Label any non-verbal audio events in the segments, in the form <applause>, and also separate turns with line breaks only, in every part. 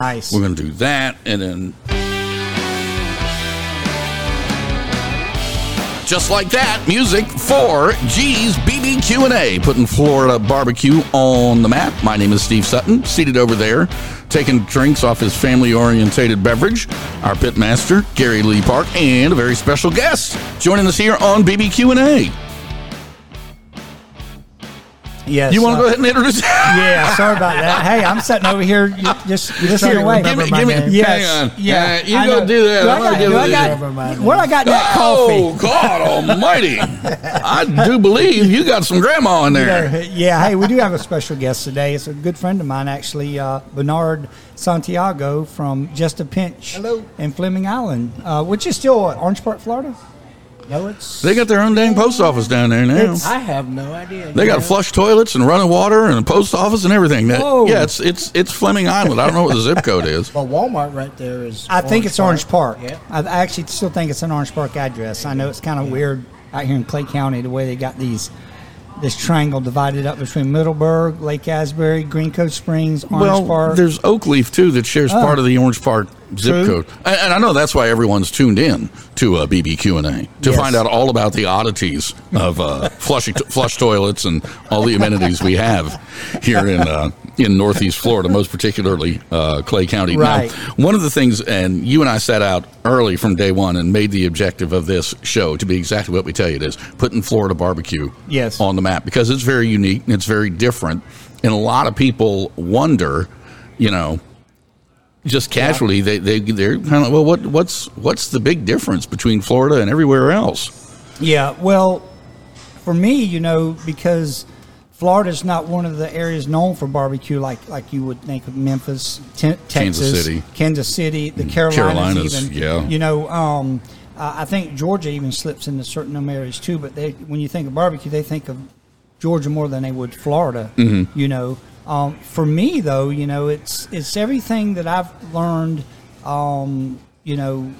Nice.
We're going to do that, and then just like that, music for G's BBQ and A, putting Florida barbecue on the map. My name is Steve Sutton, seated over there, taking drinks off his family-orientated beverage. Our pitmaster Gary Lee Park, and a very special guest joining us here on BBQ and A.
Yes.
You want
uh,
to go ahead and introduce?
Yeah, sorry about that. Hey, I'm sitting over here
<laughs>
y- just just
Here,
trying away.
give me-
my
give me-
name.
hang
Yes.
on.
Yeah.
Uh, you
I
go
know.
do that.
Do
I'm
I
gonna
got,
give
do
it
I
to
got-
you.
where I got that
<laughs> Oh
coffee?
God Almighty! I do believe you got some grandma in there.
Yeah, yeah, hey, we do have a special guest today. It's a good friend of mine, actually, uh, Bernard Santiago from Just a Pinch
Hello.
in Fleming Island, uh, which is still what, Orange Park, Florida. No, it's
They got their own dang post office down there now.
It's-
I have no idea.
They
you
got
know?
flush toilets and running water and a post office and everything. That,
Whoa.
yeah, it's it's it's Fleming Island. I don't know what the zip code is.
Well, Walmart right there is.
I think it's Orange Park. Uh,
Yeah.
I actually still think it's an Orange Park address. I know it's kind of weird out here in Clay County the way they got these this triangle divided up between Middleburg, Lake Asbury, Green Coast Springs, <laughs> Orange
well,
Park. Oh.
there's Oakleaf too that shares part of the Orange Park
True.
zip code, and, and I know that's why everyone's tuned in to uh, BBQ and A to
Yes.
find out all about the oddities of uh, flushing flush toilets and all the amenities we have here in uh, in Northeast Florida, most particularly uh, Clay County. Now,
Right.
one of the things, and you and I set out early from day one and made the objective of this show to be exactly what we tell you it is putting Florida barbecue
Yes.
on the map because it's very unique and it's very different. And a lot of people wonder, you know, just casually, they, they, they're kind of, well, what, what's, what's the big difference between Florida and everywhere else?
Yeah, well, for me, you know, because Florida's not one of the areas known for barbecue like like you would think of Memphis, te- Texas,
City. Mm.
Kansas City, the Carolinas,
Carolinas,
even.
yeah.
You know, um, I I think Georgia even slips into certain of them areas too. But they, when you think of barbecue, they think of Georgia more than they would Florida.
Mm-hmm.
You know, um, for me though, you know, it's it's everything that I've learned. Um, you know,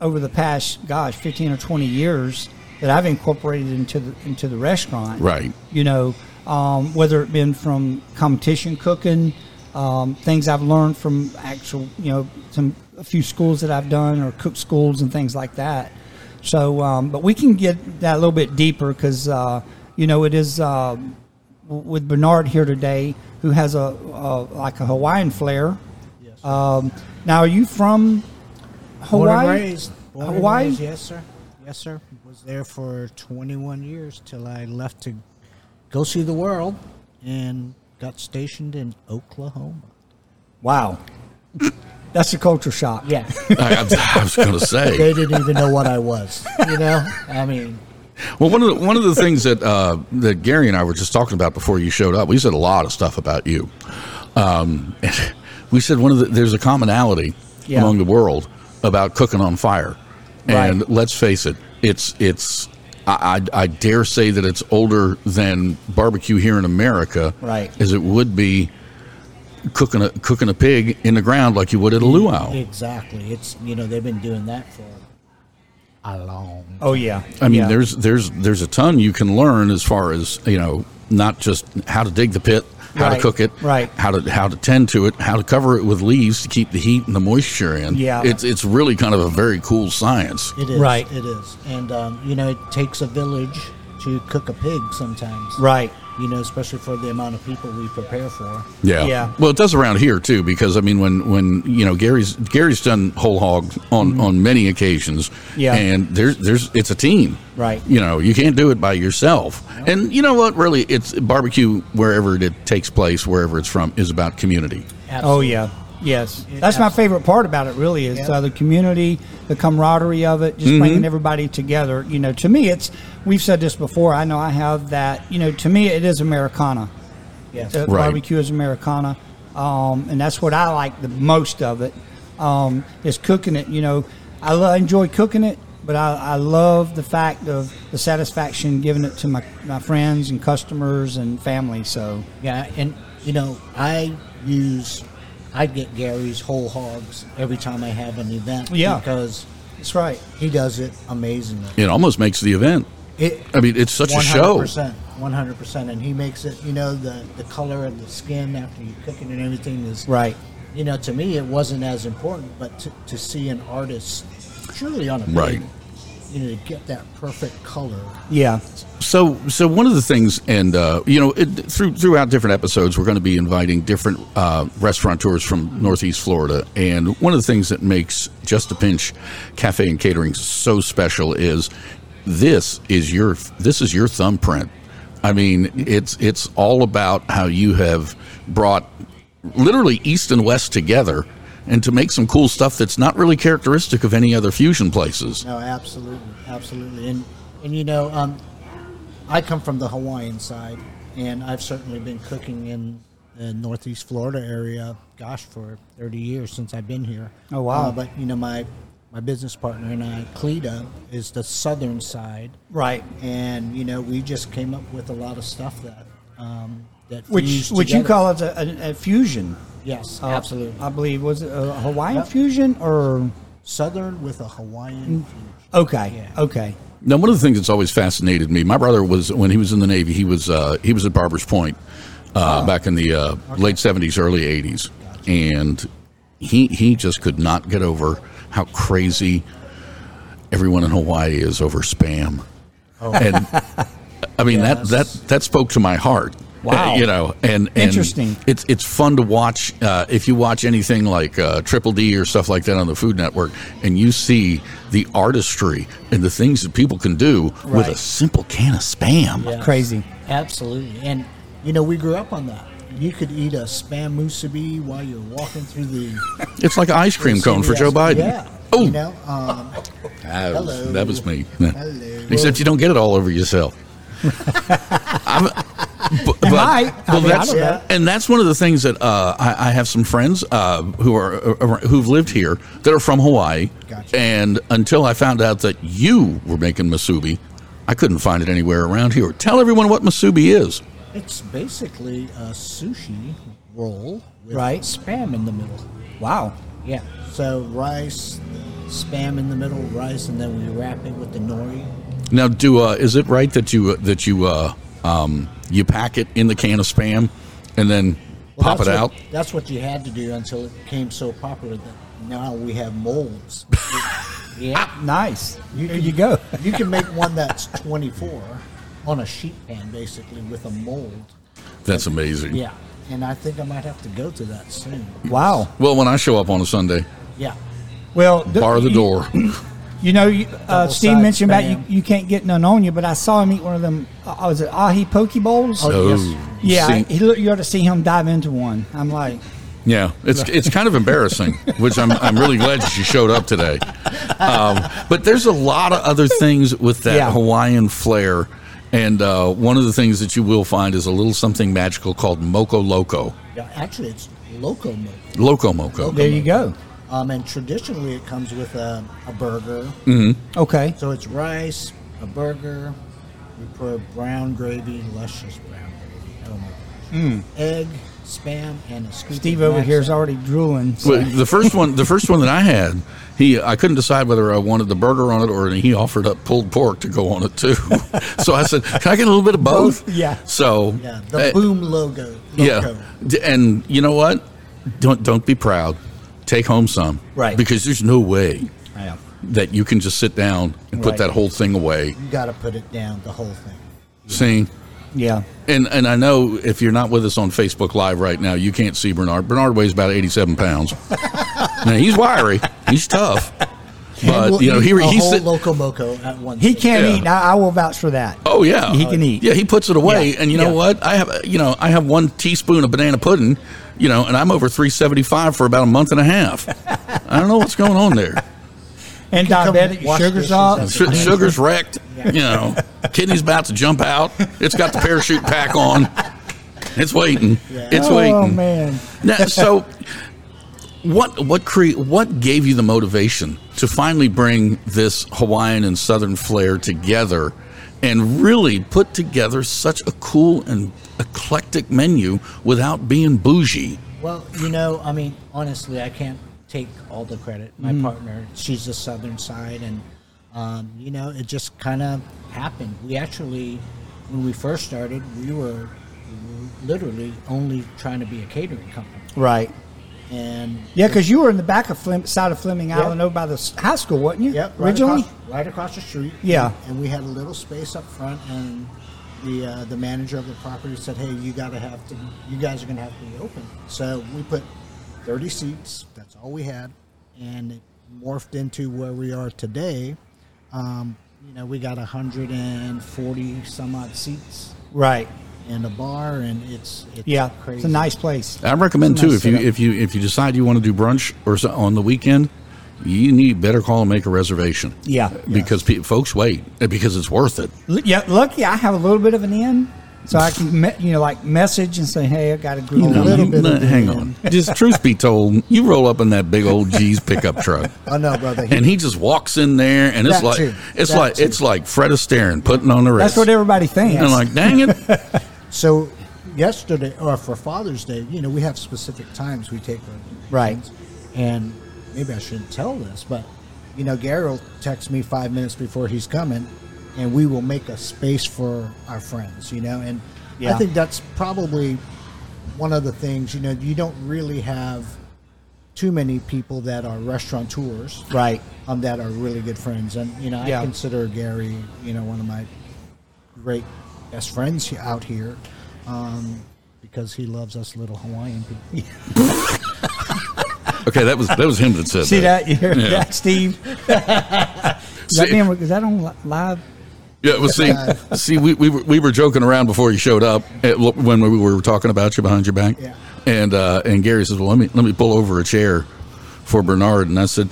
over the past gosh 15 or 20 years that I've incorporated into the into the restaurant
Right.
you know um, whether it been from competition cooking um, things I've learned from actual you know some a few schools that I've done or cook schools and things like that so um, but we can get that a little bit deeper because uh, you know it is uh, w- with Bernard here today who has a, a like a Hawaiian flair
Yes.
um, now are you from
Born
Hawaii
and raised. Born and
Hawaii?
raised, yes, sir. Yes, sir. Was there for 21 years till I left to go see the world and got stationed in Oklahoma.
Wow. That's a culture shock.
Yeah.
I, I, I was going to say.
<laughs> they didn't even know what I was. You know? <laughs> I mean,
Well, one of the, one of the things that uh, that Gary and I were just talking about before you showed up, we said a lot of stuff about you. Um, <laughs> we said one of the, there's a commonality
Yeah.
among the world about cooking on fire, and
Right.
let's face it, it's it's I, I, I dare say that it's older than barbecue here in America,
Right.
As it would be cooking a cooking a pig in the ground like you would at a luau.
Oh. exactly. It's, you know, they've been doing that for a long
Oh yeah.
I mean,
Yeah.
there's there's there's a ton you can learn as far as you know, not just how to dig the pit, how to
Right,
cook it,
right.
how to how to tend to it, how to cover it with leaves to keep the heat and the moisture in.
Yeah.
it's it's really kind of a very cool science.
It is.
Right.
It is. And, um, you know, it takes a village to cook a pig sometimes.
right.
You know, especially for the amount of people we prepare for.
Yeah.
Yeah.
Well, it does around here too, because I mean, when when you know Gary's Gary's done whole hog on on many occasions.
Mm-hmm. Yeah.
And there's there's it's a team.
Right.
You know, you can't do it by yourself. And you know what? Really, it's barbecue wherever it takes place, wherever it's from, is about community.
Oh yeah. Yes.
Yeah,
That's my
absolutely.
favorite part about it really is
Yeah.
uh, the community, the camaraderie of it, just
Mm-hmm.
bringing everybody together. You know, to me it's we've said this before. I know I have that, you know, to me it is Americana.
Yes.
Uh,
Right.
Barbecue is Americana, um, and that's what I like the most of it. Um, is cooking it. You know, I, lo- I enjoy cooking it, but I, I love the fact of the satisfaction giving it to my, my friends and customers and family. So
Yeah. And, you know, I use, I get Gary's whole hogs every time I have an event.
Yeah.
Because
that's right.
he does it amazingly.
It almost makes the event.
It,
I mean, it's such a show.
100%. And he makes it, you know, the, the color of the skin after you cook it and everything is
Right.
you know, to me, it wasn't as important, but to, to see an artist truly on a big,
Right.
you know, to get that perfect color.
Yeah.
So, so one of the things, and uh, you know, it, through, throughout different episodes, we're going to be inviting different uh, restaurateurs from Northeast Florida. And one of the things that makes Just a Pinch Cafe and Catering so special is this is your this is your thumbprint. I mean, it's it's all about how you have brought literally east and west together, and to make some cool stuff that's not really characteristic of any other fusion places.
No, absolutely, absolutely, and and you know, um, I come from the Hawaiian side, and I've certainly been cooking in the Northeast Florida area, gosh, for 30 years since I've been here.
Oh, wow.
Uh, but you know, my my business partner and I, Cleta, is the southern side,
Right.
and you know, we just came up with a lot of stuff that um, that
Which
fused
which you
together.
call it a, a, a fusion.
yes,
Uh,
absolutely
I believe was it a Hawaiian fusion or
southern with a
Mm.
Hawaiian. fusion.
okay,
Yeah.
okay,
Now, one of the things that's always fascinated me, my brother was when he was in the Navy. He was uh, he was at Barbers Point uh,
Oh.
back in the uh, late seventies, early eighties, and he he just could not get over how crazy everyone in Hawaii is over spam.
Oh.
And I mean that that that spoke to my heart.
Wow.
you know, and, and
Interesting.
It's it's fun to watch. Uh, if you watch anything like uh, Triple D or stuff like that on the Food Network, and you see the artistry and the things that people can do with a
Right.
simple can of spam.
Yeah.
crazy.
Absolutely. And, you know, we grew up on that. You could eat a spam musubi while you're walking through the.
It's like an ice cream cone for Joe Biden.
Yeah.
Oh,
You know, um,
that, was,
Hello.
that was me.
Hello.
Except you don't get it all over yourself. I'm, but, but-
might. I
well,
mean, I
that's-
don't know.
and that's one of the things that uh, I, I have some friends uh, who are uh, who've lived here that are from Hawaii.
Gotcha.
And until I found out that you were making masubi, I couldn't find it anywhere around here. Tell everyone what masubi is.
it's basically a sushi roll with
Right.
spam in the middle.
Wow.
Yeah. So rice, spam in the middle, rice, and then we wrap it with the nori.
Now, do uh, is it right that you that you uh, um, you pack it in the can of spam and then
Well,
pop it
that's
out?
what- That's what you had to do until it became so popular that now we
<laughs>
have molds. yeah.
Nice.
You
there
can-
you
<laughs>
go.
You can make one that's 24 on a sheet pan, basically, with a mold.
That's amazing.
Yeah. And I think I might have to go to that soon.
Wow.
Well, when I show up on a Sunday,
Yeah.
Well, th-
bar the
you-
door.
You know, you, uh, Steve
side
mentioned about you,
spam.
you can't get none on you, but I saw him eat one of them. Uh, was it ahi poke bowls?
Oh, yes.
yeah,
see-
he look, you ought to see him dive into one. I'm like,
yeah. It's it's kind of embarrassing, which I'm I'm really glad that you showed up today. Um, but there's a lot of other things with that
Yeah.
Hawaiian flair, and uh, one of the things that you will find is a little something magical called moco loco,
yeah. Actually, it's loco mold.
loco moco.
there you go.
Um, and traditionally, it comes with a, a burger.
Mm.
Okay.
So it's rice, a burger. We pour brown gravy, luscious brown gravy. Oh
Mm.
my gosh. Egg, spam, and a scoop.
Steve
of
over
mac
here is
sauce.
already drooling. so-
Well, the first one, the first one that I had, he I couldn't decide whether I wanted the burger on it or and he offered up pulled pork to go on it too. <laughs> so I said, "Can I get a little bit of both?"
Both, yeah.
So
Yeah.
eh,
The boom logo. loco.
Yeah, D- and you know what? Don't don't be proud. Take home some,
Right.
Because there's no way
Yeah.
that you can just sit down and put
Right.
that whole thing away.
You got to put it down, the whole thing.
See,
Yeah.
and and I know if you're not with us on Facebook Live right now, you can't see Bernard. Bernard weighs about 87
<laughs>
pounds. now he's wiry, he's tough, but
We'll
you know
eat
he
a
he's
whole
sit-
loco moco at once.
He can't
Yeah.
eat. I, I will vouch for that.
Oh yeah,
He can eat.
Yeah, he puts it away,
Yeah.
and you know
Yeah.
what? I have you know I have one teaspoon of banana pudding, you know, and I'm over three seventy five for about a month and
<laughs>
a half. I don't know what's going on there.
And
come
diabetic, your
wash
sugar's
dishes
up.
and
Su- Sugar's wrecked. You know, kidney's about to jump out. It's got the parachute pack on. It's waiting. It's waiting.
Oh, man.
Now, so what what cre- what gave you the motivation to finally bring this Hawaiian and Southern flair together and really put together such a cool and eclectic menu without being bougie?
Well, you know, I mean, honestly, I can't take all the credit. My partner, she's the southern side, and um, you know, it just kind of happened. We actually, when we first started, we were literally only trying to be a catering company,
Right.
and
Yeah, because you were in the back of Flem- side of Fleming
Yep.
Island over by the s- high school, wasn't you?
Yep. Right
Originally?
across, right across the street.
Yeah.
And we had a little space up front, and the uh, the manager of the property said, "Hey, you got to have to. You guys are going to have to be open." So we put 30 seats. That's all we had, and it morphed into where we are today. Um, you know, we got 140 some odd seats
Right.
and a bar, and it's, it's
Yeah.
crazy.
It's a nice place.
I recommend too
Nice
if you
setup.
if you if you decide you want to do brunch or so on the weekend, you need better call and make a reservation.
Yeah.
because pe- folks wait uh, because it's worth it.
L- yeah. Lucky I have a little bit of an in, so I can me- you know like message and say, hey, I got a group.
You
of
know,
people."
little bit
no,
of the
hang
end.
on. Just truth be told, you roll up in that big old G's pickup truck.
Oh no, brother!
<laughs> And he just walks in there, and it's
That
like
too.
it's
That
like
too.
it's like Fred Astaire putting on the wrist.
That's what everybody thinks.
and like, dang it,
So yesterday, or for Father's Day, you know, we have specific times we take our
Right.
kids. And maybe I shouldn't tell this, but you know, Gary will text me five minutes before he's coming, and we will make a space for our friends. You know, and
Yeah.
I think that's probably one of the things. You know, you don't really have too many people that are restaurateurs
right.
um, that are really good friends. And you know,
Yeah.
I consider Gary, you know, one of my great best friends he- out here, um, because he loves us little Hawaiian people. <laughs>
okay, that was that was him that said
See
that.
that? You hear that, Steve? is, that
See-
being, is that on li- live?
Yeah, well, see, see, we, we were we were joking around before you showed up at, when we were talking about you behind your back.
Yeah.
And uh, and Gary says, "Well, let me let me pull over a chair for Bernard." And I said,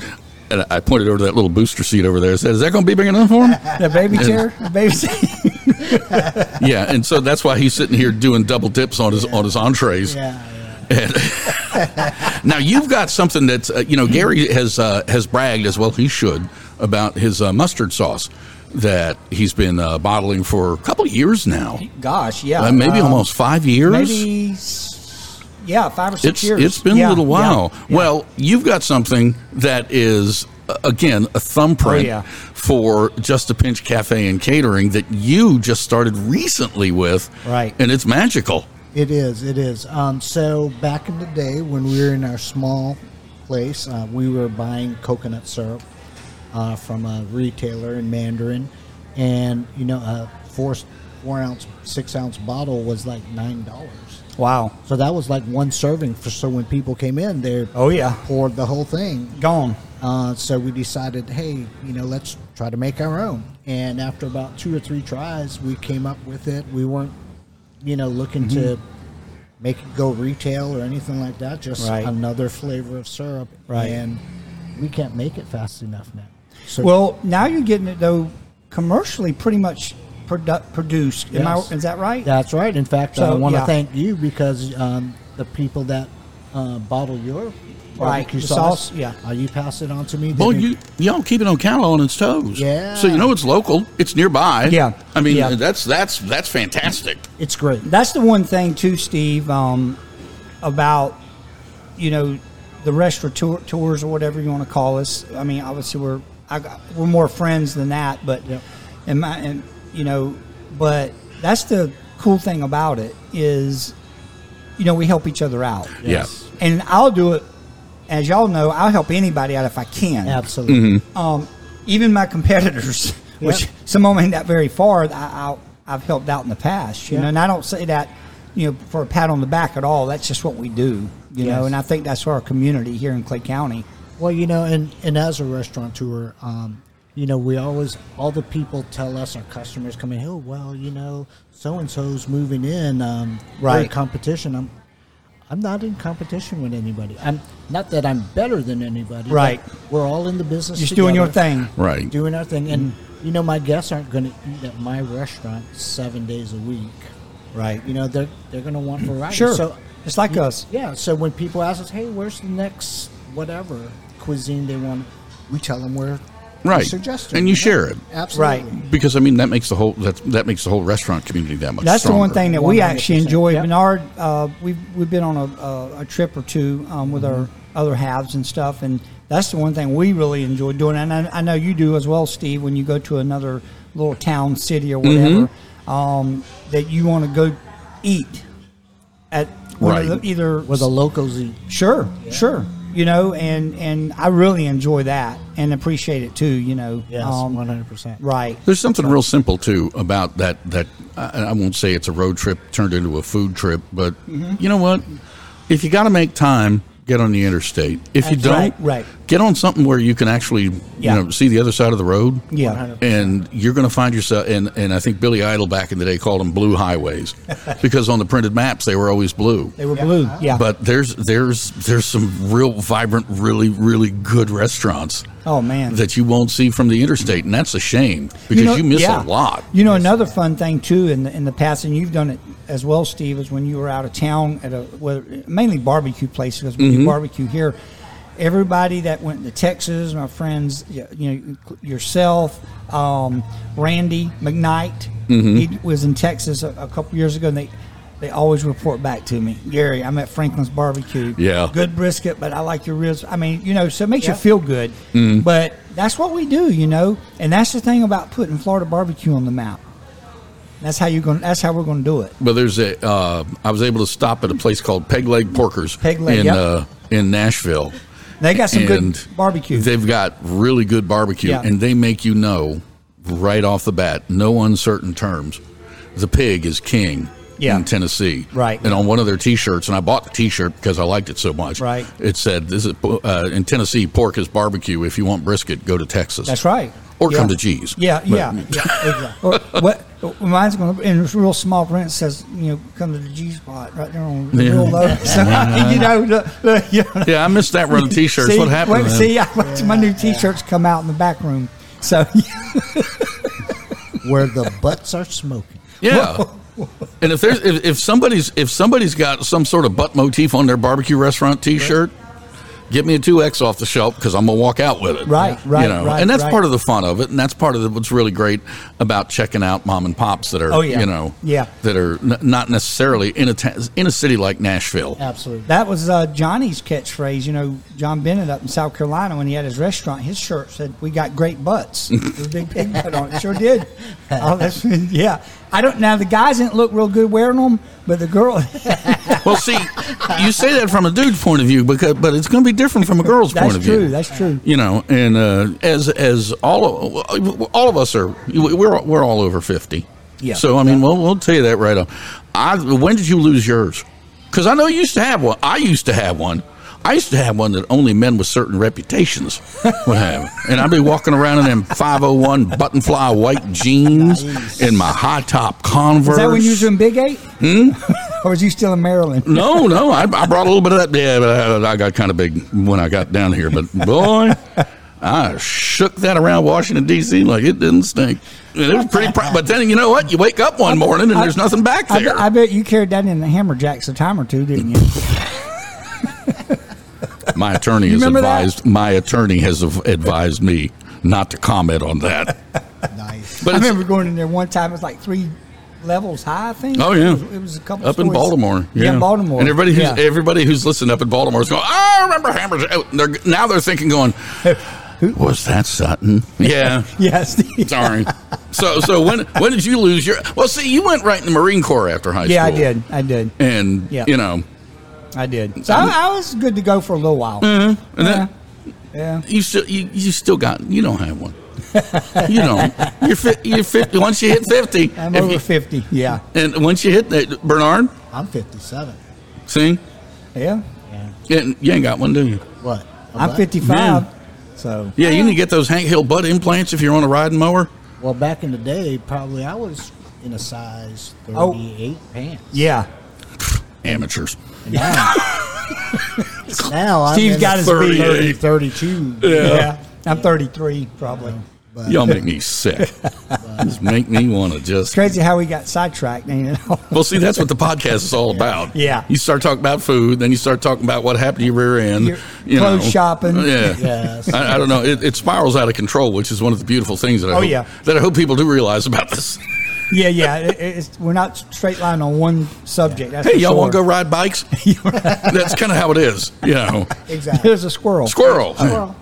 and I pointed over to that little booster seat over there. I said, "Is that going to be big enough for him?"
The baby chair? The baby chair?
yeah. And so that's why he's sitting here doing double dips on his on his entrees.
Yeah, yeah.
<laughs> Now you've got something that's uh, you know Gary has uh, has bragged as well he should about his uh, mustard sauce that he's been uh, bottling for a couple of years now.
Gosh, yeah.
Uh, maybe
Um,
almost five years.
Maybe, s- yeah, five or six
it's,
years.
It's been
Yeah,
a little
yeah.
while. Well, you've got something that is, uh, again, a thumbprint
Oh, yeah.
for Just a Pinch Cafe and Catering that you just started recently with.
Right.
And it's magical.
It is. It is. Um, so back in the day when we were in our small place, uh, we were buying coconut syrup uh, from a retailer in Mandarin, and you know, a four four ounce, six ounce bottle was like nine dollars.
Wow.
So that was like one serving for so when people came in, they
Oh, yeah.
poured the whole thing.
Gone.
Uh, so we decided, hey, you know, let's try to make our own. And after about two or three tries, we came up with it. We weren't, you know, looking to make it go retail or anything like that. Just
Mm-hmm. Right.
another flavor of syrup.
Right.
And we can't make it fast enough now. So
Well, now you're getting it, though, commercially pretty much produ- produced. Am
Yes.
I, is that right?
That's right. In fact, I
So,
want to
yeah.
thank you because um, the people that uh, bottle your
Right,
barbecue
the
sauce,
sauce, yeah.
uh, you pass it on to me.
Well,
then
you y'all keep it on Cal on its toes.
Yeah.
So you know it's local. It's nearby.
Yeah.
I mean,
Yeah.
that's that's that's fantastic.
it's great.
That's the one thing, too, Steve, um, about, you know, the restaurateur tours or whatever you want to call us. I mean, obviously, we're, I, got- we're more friends than that, but,
Yep.
and, my, and, you know, but that's the cool thing about it is, you know, we help each other out.
Yes.
Yeah.
and I'll do it. As y'all know, I'll help anybody out if I can.
Absolutely.
Um, even my competitors, <laughs> which
Yeah.
some of them ain't that very far, I, I, I've helped out in the past. You
Yeah.
know, and I don't say that, you know, for a pat on the back at all. That's just what we do. You know,
Yes.
and I think that's our community here in Clay County.
Well, you know, and, and as a restaurateur, um, you know, we always, all the people tell us, our customers come in, oh, well, you know, so and so's moving in. Um, they're
Right.
in competition. I'm, I'm not in competition with anybody. I'm not that I'm better than anybody. but
Right.
We're all in the business.
Just doing your
together.
thing. Mm-hmm.
Right.
doing our thing. And you know, my guests aren't going to eat at my restaurant seven days a week.
Right.
You know, they're they're going to want variety.
Sure.
So
Just like us.
yeah. So when people ask us, "Hey, where's the next whatever cuisine they want?" We tell them where.
Right.
Suggestion.
And you share it.
Absolutely.
Right.
Because I mean that makes the whole that that makes the whole restaurant community that much.
That's the one
stronger.
thing that we actually
100%,
enjoy.
yep.
Bernard, uh, we've we've been on a, a, a trip or two um, with our other halves and stuff, and that's the one thing we really enjoy doing. And I, I know you do as well, Steve. When you go to another little town, city, or whatever, um, that you want to go eat at one of
Right.
the- either
Where the locals eat.
Sure, sure. You know, and and I really enjoy that and appreciate it too. You know,
Yes,
Um,
one hundred percent.
right.
There's something real simple too about that. That I, I won't say it's a road trip turned into a food trip, but
Mm-hmm.
you know what? If you got to make time, get on the interstate. If you
That's
don't,
right, right.
get on something where you can actually,
Yeah.
you know, see the other side of the road.
Yeah,
And you're going to find yourself, and, and I think Billy Idol back in the day called them
<laughs>
blue highways, because on the printed maps they were always blue.
they were blue. Yeah.
But there's there's there's some real vibrant, really really good restaurants
oh man,
that you won't see from the interstate, and that's a shame because you,
know-
miss
yeah.
a lot.
You know, another fun thing too in the, in the past, and you've done it as well, Steve, is when you were out of town at a whether, mainly barbecue places because we
Mm-hmm.
do barbecue here. Everybody that went to Texas, my friends, y- you know, yourself, um, Randy McKnight,
Mm-hmm.
he was in Texas a, a couple years ago, and they. They always report back to me, Gary. I'm at Franklin's Barbecue.
Yeah.
good brisket, but I like your ribs. I mean, you know, so it makes you feel good.
Mm-hmm.
But that's what we do, you know, and that's the thing about putting Florida barbecue on the map. That's how you're going. to That's how we're going to do it.
But there's a. Uh, I was able to stop at a place called Peg Leg Porkers
Peg Leg,
in
yep.
uh, in Nashville.
They got some
And
good barbecue.
They've got really good barbecue,
Yeah.
and they make you know right off the bat, no uncertain terms. The pig is king
Yeah.
in Tennessee,
Right.
And on one of their T-shirts, and I bought the T-shirt because I liked it so much,
Right.
It said, "This is uh, in Tennessee, pork is barbecue. If you want brisket, go to Texas."
that's right.
Or
yeah.
come to G's.
Yeah,
But-
yeah, yeah, exactly. Or what? Mine's going to in real small print it says you know come to the G spot right there on the
Yeah.
real low. <laughs> So, you know, look, look, you know
Yeah, I missed that run of
<laughs>
T-shirts.
see,
what happened?
wait,
man?
see, I wait till my new T-shirts come out in the back room. So
Where the butts are smoking.
Yeah. And if there's if, if somebody's if somebody's got some sort of butt motif on their barbecue restaurant T-shirt, get me a two X off the shelf because I'm gonna walk out with it.
Right, right,
You know,
right,
and that's
right.
part of the fun of it, and that's part of the, what's really great about checking out mom and pops that are,
Oh, yeah.
you know,
Yeah.
that are n- not necessarily in a ta- in a city like Nashville.
Absolutely.
That was uh, Johnny's catchphrase. You know, John Bennett up in South Carolina when he had his restaurant, his shirt said, "We got great
<laughs>
butts." With a big pig butt on it. Sure did. Oh, that's <laughs> yeah. I don't now. The guys didn't look real good wearing them, but the girl. <laughs>
<laughs> Well, see, you say that from a dude's point of view, because but it's gonna be different from a girl's point
that's
of
true.
view.
That's true.
you know, and uh, as as all of, all of us are, we're we're all over fifty.
Yeah.
So I mean, we'll we'll tell you that right off. I when did you lose yours? Because I know you used to have one. I used to have one. I used to have one that only men with certain reputations would have, and I'd be walking around in them five hundred one button fly white jeans and my high top Converse.
Is that when you was in Big Eight?
Hmm?
<laughs> or was you still in Maryland?
No, no, I, I brought a little bit of that. Yeah, but I, I got kind of big when I got down here. But boy, I shook that around Washington D.C. like it didn't stink. And It was pretty. Pr- but then you know what? You wake up one morning and there's nothing back
I, bet-
there.
I bet you carried that in the hammerjacks a time or two, didn't you?
My attorney has
remember that?
advised. My attorney has av- advised me not to comment on that.
Nice.
But
I
it's
remember going in there one time. It was like three levels high. I think.
Oh, yeah.
It was, it was a couple
up in
stories.
Baltimore. Yeah.
in Baltimore.
And everybody who's
Yeah.
everybody who's listening up in Baltimore is going. I remember hammers. Oh, and They're, now they're
<laughs>
thinking, going, was that Sutton? Yeah.
<laughs>
<laughs>
yes.
Sorry. so so when when did you lose your? Well, see, you went right in the Marine Corps after high
Yeah, I
school.
did. I did.
And
Yeah.
you know,
I did. So I, I was good to go for a little while.
and then
Uh-huh. Yeah.
you still you, you still got you don't have one. you don't. You're fi- you're fifty. Once you hit fifty,
<laughs> I'm
if
over
you-
50. Yeah.
and once you hit that, Bernard,
I'm fifty-seven.
see,
Yeah.
you, you ain't got one, do you?
What? A
I'm
butt?
55. So,
Yeah, you need to get those Hank Hill butt implants if you're on a riding mower.
Well, back in the day, probably I was in a size
Oh.
thirty-eight pants.
yeah.
Amateurs.
And Now, now I'm
Steve's
in
got his
the
beard.
30, 32.
Yeah. I'm 33, probably.
But
Y'all make me
<laughs>
sick. Just make me want to just
It's crazy how we got sidetracked. ain't it? <laughs>
Well, see, that's what the podcast is all about.
Yeah.
You start talking about food, then you start talking about what happened to your rear end.
Your
you
clothes
know.
shopping.
Yeah.
Yes.
I, I don't know. It, it spirals out of control, which is one of the beautiful things that I,
Oh,
hope,
yeah.
that I hope people do realize about this.
yeah, yeah. It, it's, we're not straight line on one subject. That's
Hey,
for
y'all
sure.
want to go ride <laughs> bikes? that's kind of how it is, you know.
<laughs>
<laughs>
exactly.
There's a squirrel.
Squirrel.
Squirrel.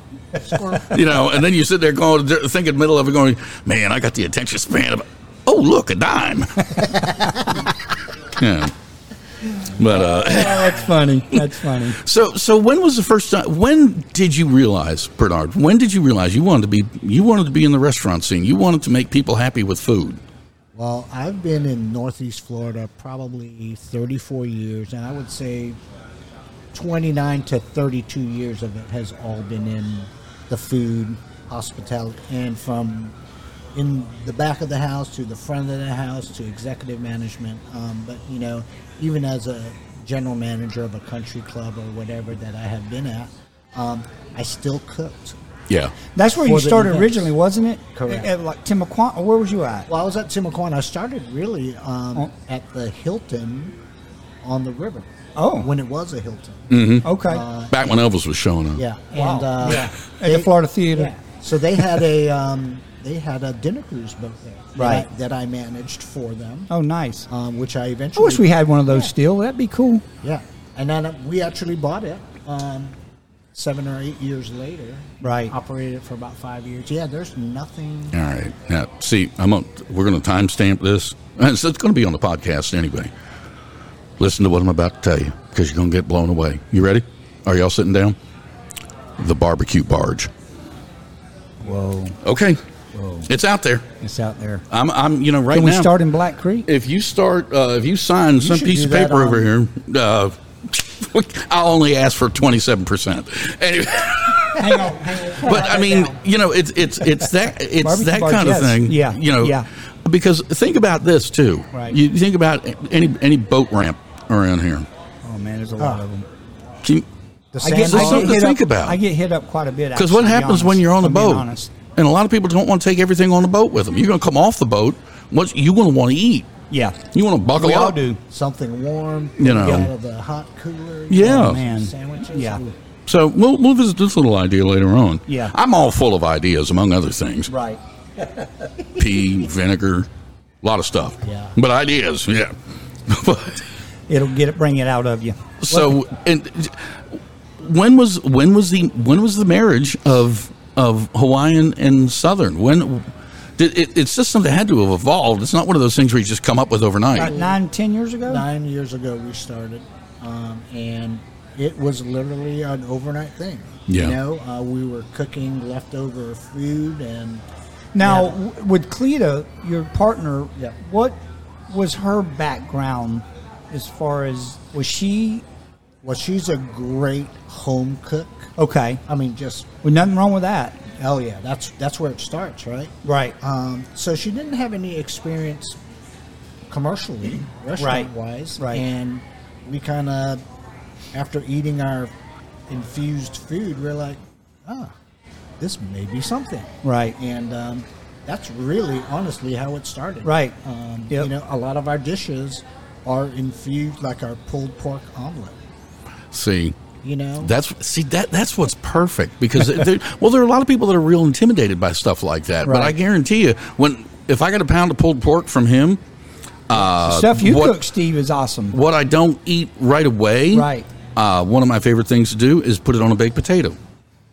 You know, and then you sit there going, thinking middle of it going, man, I got the attention span of, oh, look, a dime. <laughs> yeah. But uh,
that's funny. That's funny.
so so when was the first time? When did you realize, Bernard? When did you realize you wanted to be you wanted to be in the restaurant scene? You wanted to make people happy with food.
Well, I've been in Northeast Florida probably 34 years, and I would say 29 to 32 years of it has all been in the food, hospitality, and from in the back of the house to the front of the house to executive management. Um, but, you know, even as a general manager of a country club or whatever that I have been at, um, I still cooked.
Yeah.
That's where
For
you
the
started
events.
originally, wasn't it?
Correct.
At, at, like Tim Aquan, where was you at?
Well, I was at Timaquan. I started really um,
Oh.
at the Hilton on the river.
Oh.
when it was a Hilton.
Okay.
Back when Elvis was showing up.
Yeah,
Wow.
and uh,
yeah. At the
they-
Florida Theater.
yeah. So they had a um, they had a dinner cruise boat there, that I-
Right.
That I managed for them,
Oh, nice.
um, which I
I
eventually.
wish we had one of those still. That'd be cool.
Yeah, and then uh, we actually bought it. Um, Seven or eight years later,
Right.
Operated it for about five years. Yeah, there's nothing.
All right. Now, see, I'm on, we're going to timestamp this. <laughs> And so it's going to be on the podcast anyway. Listen to what I'm about to tell you because you're going to get blown away. You ready? Are y'all sitting down? The barbecue barge.
Whoa,
Okay. It's out there.
it's out there.
I'm, I'm you know, right
Can we
now.
start in Black Creek?
if you start, uh, if you sign some
should
piece
do
of
that
paper
on-
over here, uh, <laughs> I'll only ask for 27%.
<laughs>
Anyway.
hang on, hang on.
but I mean, you know, it's it's it's that it's
Barbecue
that
bar,
kind of
yes.
thing.
Yeah,
you know,
yeah.
Because think about this too.
Right.
You think about any any boat ramp around here.
oh man, there's a lot
Ah.
of them.
Can,
The
I get,
There's
I
something
get
to
hit
think
up,
about.
I get hit up quite a bit.
Because
actually,
what
to be
happens
honest,
when you're on a
if I'm being
boat?
honest.
And a lot of people don't want to take everything on the boat with them. You're going to come off the boat. Once you want to want to eat,
Yeah,
you want to buckle
we
up.
all do.
something warm.
You know.
out of the hot cooler. Oh,
Yeah.
some
Man.
sandwiches.
Yeah.
Ooh.
So we'll we'll visit this little idea later on.
Yeah.
I'm all full of ideas, among other things.
Right.
Pea, vinegar, a lot of stuff.
Yeah.
But ideas, yeah. <laughs> but
It'll get it, bring it out of you.
So and when was when was the when was the marriage of of Hawaiian and Southern? When did it, it's just something that had to have evolved. It's not one of those things where you just come up with
About
overnight.
nine, ten years ago.
nine years ago we started, um, and it was literally an overnight thing.
Yeah.
You know, uh, we were cooking leftover food, and
Now,
Yeah.
w- with Cleta, your partner,
Yeah.
what was her background as far as was she
well, she's a great home cook.
okay?
I mean, just
Well, nothing wrong with that,
oh yeah, that's that's where it starts, right?
right?
Um, so she didn't have any experience commercially, restaurant wise,
Right.
And we kind of, after eating our infused food, we're like, ah, this may be something,
Right.
And um, that's really, honestly, how it started,
Right.
Um,
Yep.
You know, a lot of our dishes are infused, like our pulled pork omelet.
See,
You know,
that's see that that's what's perfect because there, <laughs> well, there are a lot of people that are real intimidated by stuff like that. But I
Right.
guarantee you, when if I got a pound of pulled pork from him,
Stuff you
what-
cook, Steve, is awesome.
what I don't eat right away,
Right.
Uh, one of my favorite things to do is put it on a baked potato,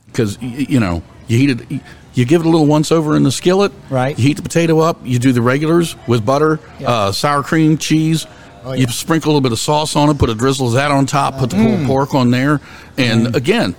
because you know you heat it, you give it a little once over in the skillet,
Right.
You heat the potato up, you do the regulars with butter,
Yeah. Oh,
uh, sour cream, cheese. You
yeah.
sprinkle a little bit of sauce on it, put a drizzle of that on top, put the pulled
Mm.
pork on there, and again,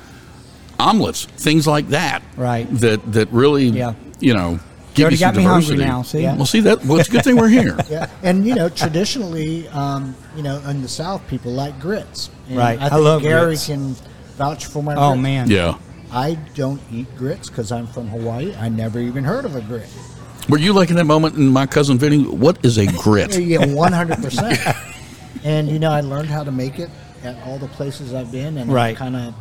omelets, things like that,
Right.
That that really,
Yeah.
you know,
You
give
already
you some
got me hungry
diversity.
now, see?
well, see that. Well, it's a good thing
<laughs>
we're here.
yeah, and you know, traditionally, um, you know, in the South, people like grits. And
Right.
I,
I
think
love
Gary
grits.
can vouch for my.
Oh
grits.
man,
yeah.
I don't eat grits because I'm from Hawaii. I never even heard of a grit.
Were you like in that moment in my cousin Vinny? What is a grit?
Yeah,
<laughs>
100. percent And you know, I learned how to make it at all the places I've been, and
Right.
I kind of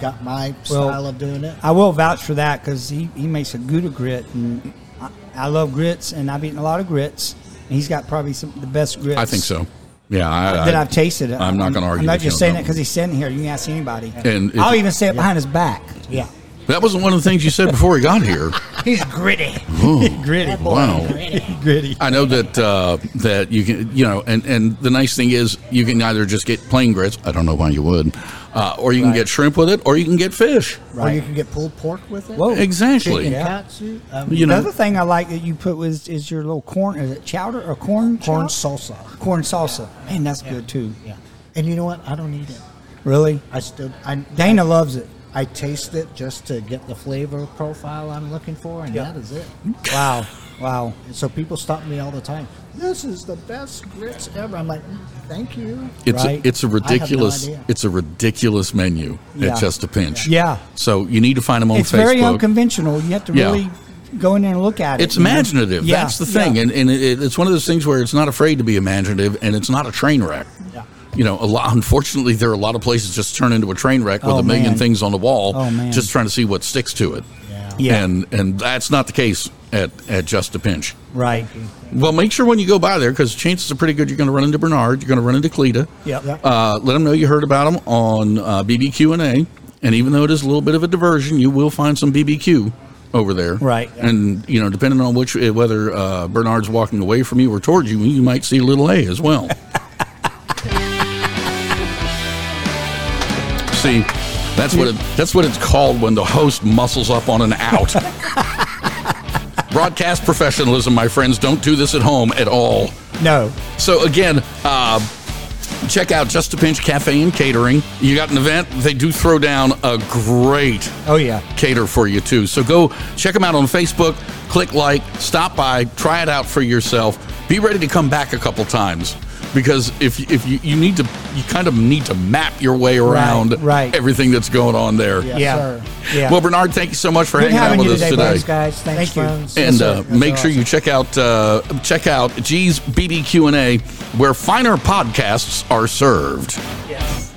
got my
Well,
style of doing it.
I will vouch for that because he, he makes a Gouda grit, and I, I love grits, and I've eaten a lot of grits. And he's got probably some the best grits.
I think so. Yeah, I,
that I've tasted.
I'm not gonna argue
I'm not
with you
just
on
saying
that
it because he's sitting here. You can ask anybody.
And if-
I'll even say it behind his back.
Yeah,
That wasn't one of the things you said before he got here.
He's
<laughs>
gritty, <laughs> gritty,
Wow.
gritty.
I know that uh, that you can, you know, and and the nice thing is you can either just get plain grits. I don't know why you would, uh, or you can get shrimp with it, or you can get fish.
Or you
Right.
can get pulled pork with it.
Whoa.
Exactly.
Chicken
Yeah.
katsu. Um,
You know-
Another thing I like that you put was is your little corn. Is it chowder or corn?
corn
chowder?
salsa.
corn salsa. Man, that's good too.
Yeah. And you know what? I don't eat it.
Really,
I still I
Dana loves it.
I taste it just to get the flavor profile I'm looking for, and
Yeah.
that is it.
Wow, wow.
And so people stop me all the time. This is the best grits ever. I'm like, "Mm, thank you.
It's
Right.
a, it's a
have no
ridiculous
idea.
it's a ridiculous menu
Yeah.
at just a pinch.
Yeah.
So you need to find them on
it's
Facebook.
very unconventional. You have to
Yeah.
really go in there and look at it.
It's
you know?
imaginative.
Yeah,
That's the thing,
yeah.
and, and it, it's one of those things where it's not afraid to be imaginative, and it's not a train wreck.
Yeah.
You know, a lot. Unfortunately, there are a lot of places just turn into a train wreck with
Oh,
a million
man.
things on the wall,
Oh, man.
just trying to see what sticks to it.
Yeah.
Yeah.
And and that's not the case at at just a pinch.
right.
Well, make sure when you go by there, because chances are pretty good you're going to run into Bernard, you're going to run into Cleta.
Yep. Yep.
Uh, let them know you heard about them on uh, BBQ and A. And even though it is a little bit of a diversion, you will find some BBQ over there.
Right.
And you know, depending on which whether uh, Bernard's walking away from you or towards you, you might see little A as well. see, that's what it, that's what it's called when the host muscles up on an out. Broadcast professionalism, my friends. Don't do this at home at all.
No.
So again, uh, check out Just a Pinch Cafe and Catering. You got an event; they do throw down a great
Oh yeah.
cater for you too. So go check them out on Facebook. Click like, stop by, try it out for yourself. Be ready to come back a couple times because if if you, you need to, you kind of need to map your way around
right.
everything that's going on there.
Yeah.
yeah.
sir.
Yeah.
Well, Bernard, thank you so much for
Good
hanging out
having
with
you
us
today,
today.
Thanks, guys. Thanks,
Thank you.
friends.
And
Yes,
uh,
sir.
make
That's
sure you
awesome.
check out uh, check out G's BBQ and A, where finer podcasts are served.
yes.